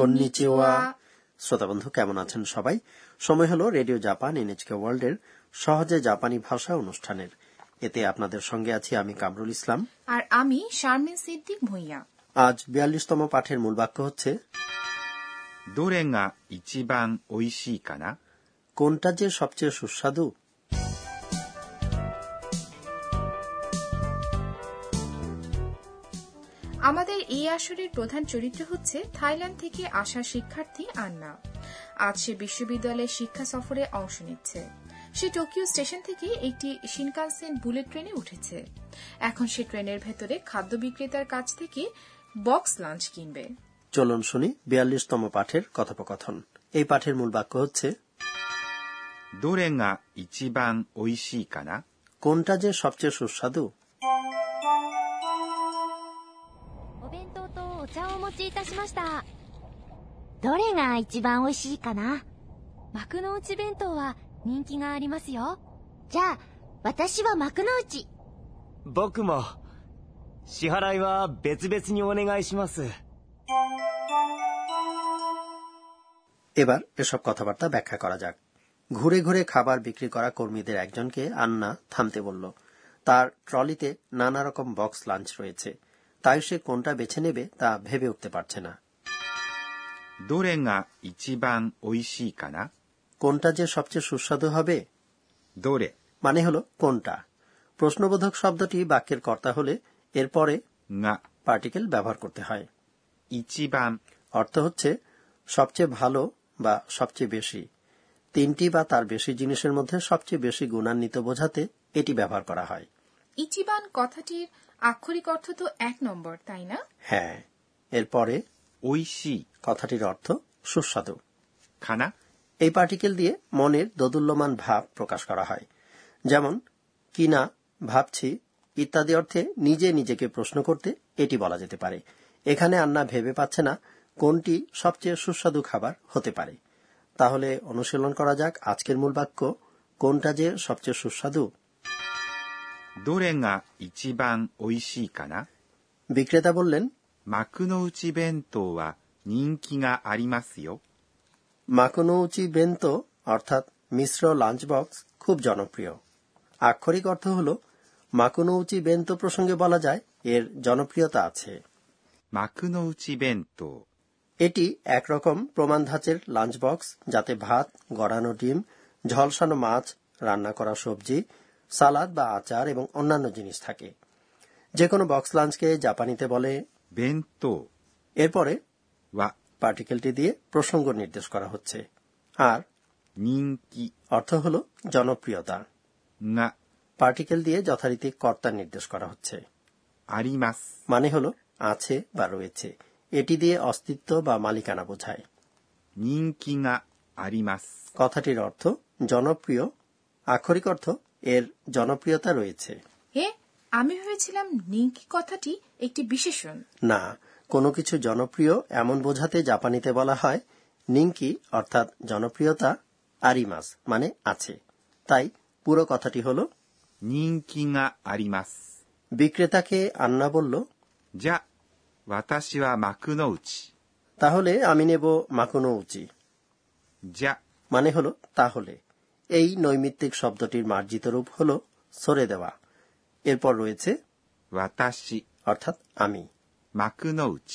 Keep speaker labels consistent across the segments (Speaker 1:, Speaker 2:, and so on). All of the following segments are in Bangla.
Speaker 1: কন্নিচিওয়া শ্রোতা বন্ধু কেমন আছেন সবাই সময় হলো রেডিও জাপান এনএচকে ওয়ার্ল্ডের সহজে জাপানি ভাষা অনুষ্ঠানের এতে আপনাদের সঙ্গে আছি আমি কামরুল ইসলাম
Speaker 2: আর আমি শারমিন সিদ্দিক ভুঁইয়া
Speaker 1: আজ বিয়াল্লিশতম পাঠের মূল বাক্য হচ্ছে
Speaker 3: どれが一番美味しいかな
Speaker 1: কোনটা যে সবচেয়ে সুস্বাদু
Speaker 2: আমাদের এই আসরের প্রধান চরিত্র হচ্ছে থাইল্যান্ড থেকে আসা শিক্ষার্থী আন্না আজ সে বিশ্ববিদ্যালয়ের শিক্ষা সফরে অংশ নিচ্ছে সে টোকিও স্টেশন থেকে একটি শিনকানসেন বুলেট ট্রেনে উঠেছে এখন সে ট্রেনের ভেতরে খাদ্য বিক্রেতার কাছ থেকে বক্স লাঞ্চ কিনবে
Speaker 1: চলুন শুনি বিয়াল্লিশতম পাঠের কথোপকথন এই পাঠের মূল বাক্য হচ্ছে
Speaker 3: どれが一番美味しいかな
Speaker 1: কোনটা যে সবচেয়ে সুস্বাদু
Speaker 4: お弁当とお茶をお持ちいたしました。どれが一番美味しいかな幕の内弁当は人気がありますよ。じゃあ、私は幕の内。
Speaker 5: 僕も支払いは別々にお願いします
Speaker 1: এবার এসব কথাবার্তা ব্যাখ্যা করা যাক ঘুরে ঘুরে খাবার বিক্রি করা কর্মীদের একজনকে আন্না থামতে বলল তার ট্রলিতে নানা রকম বক্স লাঞ্চ রয়েছে তাই সে কোনটা বেছে নেবে তা ভেবে উঠতে পারছে না
Speaker 3: どれが一番美味しいかな
Speaker 1: কোনটা যে সবচেয়ে সুস্বাদু হবে
Speaker 3: どれ
Speaker 1: মানে হলো কোনটা প্রশ্নবোধক শব্দটি বাক্যের কর্তা হলে এরপরে
Speaker 3: が
Speaker 1: পার্টিকেল ব্যবহার করতে হয়
Speaker 3: 一番
Speaker 1: অর্থ হচ্ছে সবচেয়ে ভালো বা সবচেয়ে বেশি তিনটি বা তার বেশি জিনিসের মধ্যে সবচেয়ে বেশি গুণান্বিত বোঝাতে এটি ব্যবহার করা হয়
Speaker 2: ইচিবান কথাটির আক্ষরিক অর্থ তো এক নম্বর তাই না
Speaker 1: হ্যাঁ এরপরে
Speaker 3: 美味しい
Speaker 1: কথাটির অর্থ সুস্বাদু
Speaker 3: かな
Speaker 1: এই পার্টিকেল দিয়ে মনের দোদুল্যমান ভাব প্রকাশ করা হয় যেমন কিনা ভাবছি ইত্যাদি অর্থে নিজে নিজেকে প্রশ্ন করতে এটি বলা যেতে পারে এখানে আন্না ভেবে পাচ্ছে না কোনটি সবচেয়ে সুস্বাদু খাবার হতে পারে তাহলে অনুশীলন করা যাক আজকের মূল বাক্য কোনটা যে সবচেয়ে সুস্বাদু
Speaker 3: どれが一番美味しいかな
Speaker 1: বিক্রেতা বললেন
Speaker 3: 幕の内弁当は人気がありますよ
Speaker 1: মাকোনৌচি বেন্তো অর্থাৎ মিশ্র লাঞ্চ বক্স খুব জনপ্রিয় আক্ষরিক অর্থ হল মাকোনৌচি বেন্তো প্রসঙ্গে বলা যায় এর জনপ্রিয়তা আছে
Speaker 3: 幕の内弁当
Speaker 1: এটি একরকম প্রমাণ ধাঁচের লাঞ্চ বক্স যাতে ভাত গড়ানো ডিম ঝলসানো মাছ রান্না করা সবজি সালাদ বা আচার এবং অন্যান্য জিনিস থাকে যে কোনো বক্স লাঞ্চকে জাপানিতে বলে
Speaker 3: 弁当
Speaker 1: এরপরে
Speaker 3: は
Speaker 1: পার্টিকেলটি দিয়ে প্রসঙ্গ নির্দেশ করা হচ্ছে আর
Speaker 3: 人気
Speaker 1: অর্থ হল জনপ্রিয়তা
Speaker 3: が
Speaker 1: পার্টিকেল দিয়ে যথারীতি কর্তা নির্দেশ করা হচ্ছে
Speaker 3: あります
Speaker 1: মানে হল আছে বা রয়েছে এটি দিয়ে অস্তিত্ব বা মালিকানা বোঝায়
Speaker 3: 人気があります
Speaker 1: কথাটির অর্থ জনপ্রিয় আক্ষরিক অর্থ এর জনপ্রিয়তা রয়েছে
Speaker 2: এ আমি ভেবেছিলাম নিঙ্কি কথাটি একটি বিশেষণ
Speaker 1: না কোনো কিছু জনপ্রিয় এমন বোঝাতে জাপানিতে বলা হয় নিঙ্কি অর্থাৎ জনপ্রিয়তা আরিমাস মানে আছে তাই পুরো কথাটি হল
Speaker 3: 人気があります
Speaker 1: বিক্রেতাকে আন্না বলল
Speaker 3: じゃ私は幕の内
Speaker 1: তাহলে আমি নেব মাকুনো উচি
Speaker 3: じゃ
Speaker 1: মানে হলো তাহলে এই নৈমিত্তিক শব্দটির মার্জিত রূপ হল সরে দেওয়া এরপর রয়েছে
Speaker 3: 私
Speaker 1: অর্থাৎ আমি
Speaker 3: 幕の内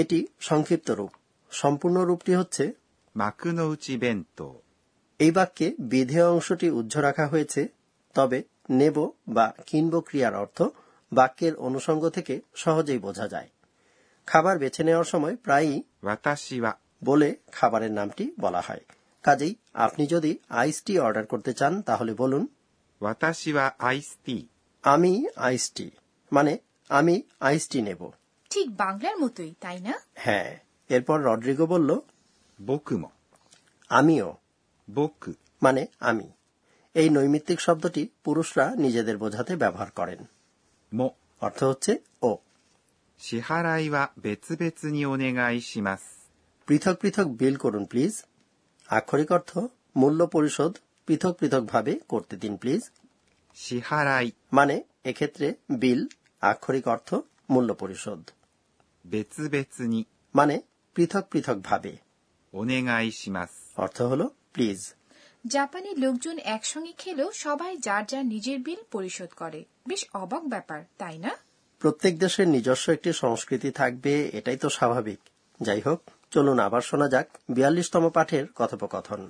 Speaker 1: এটি সংক্ষিপ্ত রূপ সম্পূর্ণ রূপটি হচ্ছে
Speaker 3: 幕の内弁当
Speaker 1: এই বাক্যে বিধেয় অংশটি উজ্জ রাখা হয়েছে তবে নেব বা কিনব ক্রিয়ার অর্থ বাক্যের অনুষঙ্গ থেকে সহজেই বোঝা যায় খাবার বেছে নেওয়ার সময় প্রায়ই
Speaker 3: 私は
Speaker 1: বলে খাবারের নামটি বলা হয় কাজেই আপনি যদি আইস টি অর্ডার করতে চান তাহলে বলুন
Speaker 3: 私はアイスティー
Speaker 1: আমি আইস টি মানে আমি আইস টি নেব
Speaker 2: ঠিক বাংলার মতোই তাই না
Speaker 1: হ্যাঁ এরপর রড্রিগো বলল
Speaker 3: 僕も
Speaker 1: আমিও
Speaker 3: 僕
Speaker 1: মানে আমি এই নৈমিত্তিক শব্দটি পুরুষরা নিজেদের বোঝাতে ব্যবহার করেন
Speaker 3: も
Speaker 1: অর্থ হচ্ছে ও
Speaker 3: 支払いは別々にお願いします。
Speaker 1: পৃথক পৃথক বিল করুন প্লিজ আক্ষরিক অর্থ মূল্য পরিশোধ পৃথক পৃথকভাবে করতে দিন প্লিজ
Speaker 3: 支払い
Speaker 1: মানে এক্ষেত্রে বিল আক্ষরিক অর্থ মূল্য পরিশোধ
Speaker 3: 別々に
Speaker 1: মানে পৃথক পৃথকভাবে
Speaker 3: お願いします。
Speaker 1: অর্থ হল প্লিজ
Speaker 2: জাপানের লোকজন একসঙ্গে খেলেও সবাই যার যার নিজের বিল পরিশোধ করে বেশ অবাক ব্যাপার তাই না
Speaker 1: প্রত্যেক দেশের নিজস্ব একটি সংস্কৃতি থাকবে এটাই তো স্বাভাবিক যাই হোক চলুন আবার শোনা যাক বিয়াল্লিশতম পাঠের কথোপকথন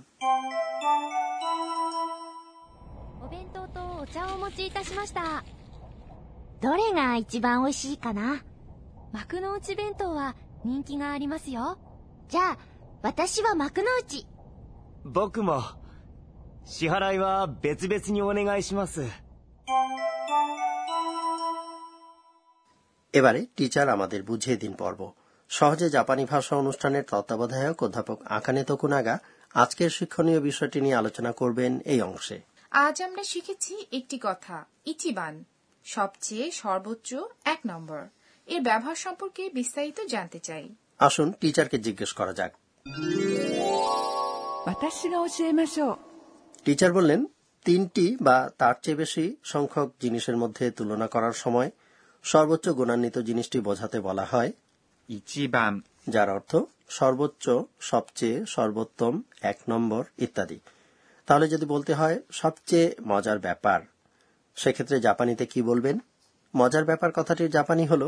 Speaker 4: お弁当とお茶をお持ちいたしましたどれが一番美味しいかな幕の内弁当は人気がありますよじゃあ私は幕の内
Speaker 5: 僕も支払いは別々にお願いします。
Speaker 1: এবারে টিচার আমাদের বুঝিয়ে দিন পর্ব সহজে জাপানি ভাষা অনুষ্ঠানের তত্ত্বাবধায়ক অধ্যাপক আকানে তকুনাগা আজকের শিক্ষণীয় বিষয়টি নিয়ে আলোচনা করবেন এই অংশে
Speaker 2: আজ আমরা শিখেছি একটি কথা ইচিবান সবচেয়ে সর্বোচ্চ এক নম্বর এর ব্যবহার সম্পর্কে বিস্তারিত জানতে চাই
Speaker 1: আসুন টিচারকে জিজ্ঞেস করা যাক
Speaker 6: 私が教えましょう
Speaker 1: টিচার বললেন তিনটি বা তার চেয়ে বেশি সংখ্যক জিনিসের মধ্যে তুলনা করার সময় সর্বোচ্চ গুণান্বিত জিনিসটি বোঝাতে বলা হয়
Speaker 3: 一番、
Speaker 1: যার অর্থ সর্বোচ্চ সবচেয়ে সর্বোত্তম এক নম্বর ইত্যাদি তাহলে যদি বলতে হয় সবচেয়ে মজার ব্যাপার সেক্ষেত্রে জাপানিতে কি বলবেন মজার ব্যাপার কথাটির জাপানি হল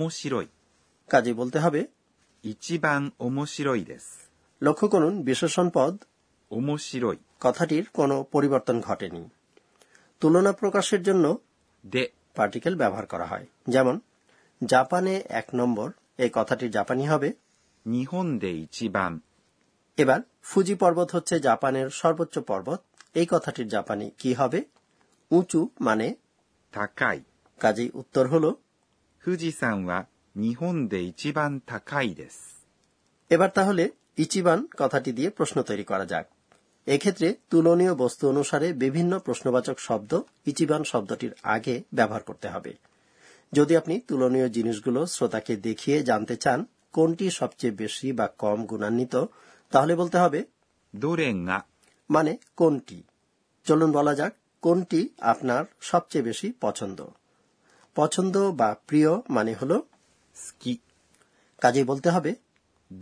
Speaker 3: 面白い。
Speaker 1: কাজে বলতে হবে
Speaker 3: 一番面白いです。
Speaker 1: লক্ষ্য করুন বিশেষণ পদ
Speaker 3: 面白い。
Speaker 1: কথাটির কোনো পরিবর্তন ঘটেনি তুলনা প্রকাশের জন্য
Speaker 3: で、
Speaker 1: পার্টিকেল ব্যবহার করা হয় যেমন জাপানে এক নম্বর এই কথাটির জাপানি হবে
Speaker 3: 日本で一番、
Speaker 1: এবার ফুজি পর্বত হচ্ছে জাপানের সর্বোচ্চ পর্বত এই কথাটির জাপানি কি হবে উঁচু মানে
Speaker 3: 高い。
Speaker 1: কাজেই উত্তর হল
Speaker 3: 富士山は日本で一番高いです。
Speaker 1: এবার তাহলে ইচিবান কথাটি দিয়ে প্রশ্ন তৈরি করা যাক এক্ষেত্রে তুলনীয় বস্তু অনুসারে বিভিন্ন প্রশ্নবাচক শব্দ ইচিবান শব্দটির আগে ব্যবহার করতে হবে যদি আপনি তুলনীয় জিনিসগুলো শ্রোতাকে দেখিয়ে জানতে চান কোনটি সবচেয়ে বেশি বা কম গুণান্বিত তাহলে বলতে হবে
Speaker 3: どれが
Speaker 1: মানে কোনটি চলুন বলা যাক কোনটি আপনার সবচেয়ে বেশি পছন্দ পছন্দ বা প্রিয় মানে হল
Speaker 3: 好き、
Speaker 1: কাজে বলতে হবে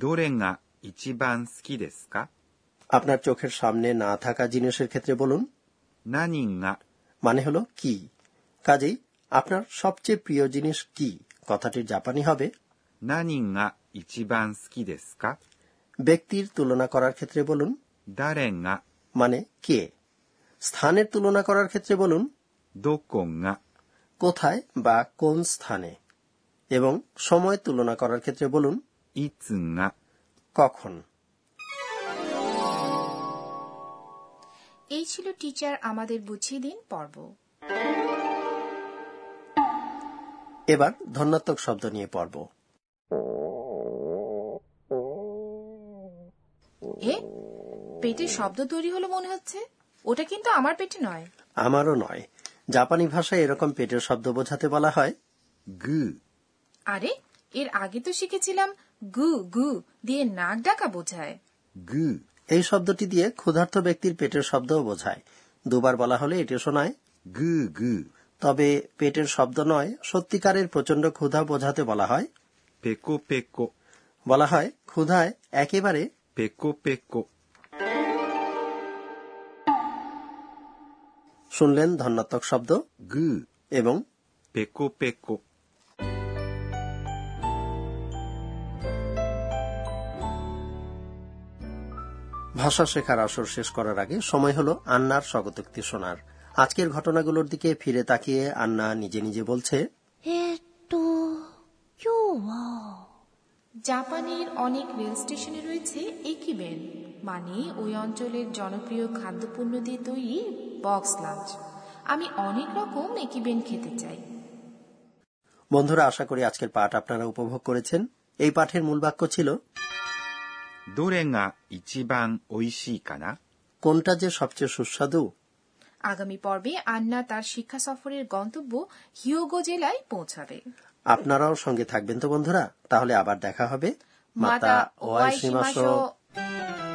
Speaker 3: どれが一番好きですか
Speaker 1: আপনার চোখের সামনে না থাকা জিনিসের ক্ষেত্রে বলুন
Speaker 3: 何が
Speaker 1: মানে হল কি কাজেই আপনার সবচেয়ে প্রিয় জিনিস কি কথাটির জাপানি হবে
Speaker 3: 何が一番好きですか
Speaker 1: ব্যক্তির তুলনা করার ক্ষেত্রে বলুন
Speaker 3: 誰が
Speaker 1: মানে কে স্থানের তুলনা করার ক্ষেত্রে বলুন
Speaker 3: どこが
Speaker 1: কোথায় বা কোন স্থানে এবং সময় তুলনা করার ক্ষেত্রে বলুন
Speaker 3: いつが
Speaker 1: কখন
Speaker 2: এই ছিল টিচার আমাদের বুঝিয়ে দিন পর্ব
Speaker 1: এবার ধন্যাত্মক শব্দ নিয়ে পড়ব
Speaker 2: এ পেটে শব্দ তৈরি হলো মনে হচ্ছে ওটা কিন্তু আমার পেটে নয়
Speaker 1: আমারও নয় জাপানি ভাষায় এরকম পেটের শব্দ বোঝাতে বলা হয়
Speaker 3: グ
Speaker 2: আরে এর আগে তো শিখেছিলাম গু গু দিয়ে নাক ডাকা বোঝায়
Speaker 3: ー、グー、
Speaker 1: এই শব্দটি দিয়ে ক্ষুধার্ত ব্যক্তির পেটের শব্দও বোঝায় দুবার বলা হলে এটি শোনায়
Speaker 3: グーグー、
Speaker 1: তবে পেটের শব্দ নয় সত্যিকারের প্রচন্ড ক্ষুধা বোঝাতে বলা হয়
Speaker 3: ペコペコ、
Speaker 1: বলা হয় ক্ষুধায় একেবারে
Speaker 3: ペコペコ、
Speaker 1: শুনলেন ধন্যাত্মক শব্দ
Speaker 3: グー、
Speaker 1: এবং
Speaker 3: ペコペコ。
Speaker 1: ভাষা শেখার আসর শেষ করার আগে সময় হলো আন্নার স্বগতোক্তি শোনার আজকের ঘটনাগুলোর দিকে ফিরে তাকিয়ে আন্না নিজে নিজে বলছে
Speaker 4: えーっと今日は
Speaker 2: জাপানের অনেক রেল স্টেশনে রয়েছে একিবেন মানে ওই অঞ্চলের জনপ্রিয় খাদ্যপণ্য দিয়ে তৈরি বক্স লাঞ্চ আমি অনেক রকম একিবেন খেতে চাই
Speaker 1: বন্ধুরা আশা করি আজকের পাঠ আপনারা উপভোগ করেছেন এই পাঠের মূল বাক্য ছিল
Speaker 3: どれが一番美味しいかな
Speaker 1: কোনটা যে সবচেয়ে সুস্বাদু
Speaker 2: আগামী পর্বে আন্না তার শিক্ষা সফরের গন্তব্য হিয়োগো জেলায় পৌঁছাবে
Speaker 1: আপনারাও সঙ্গে থাকবেন তো বন্ধুরা তাহলে আবার দেখা হবে
Speaker 2: またお会いしましょう。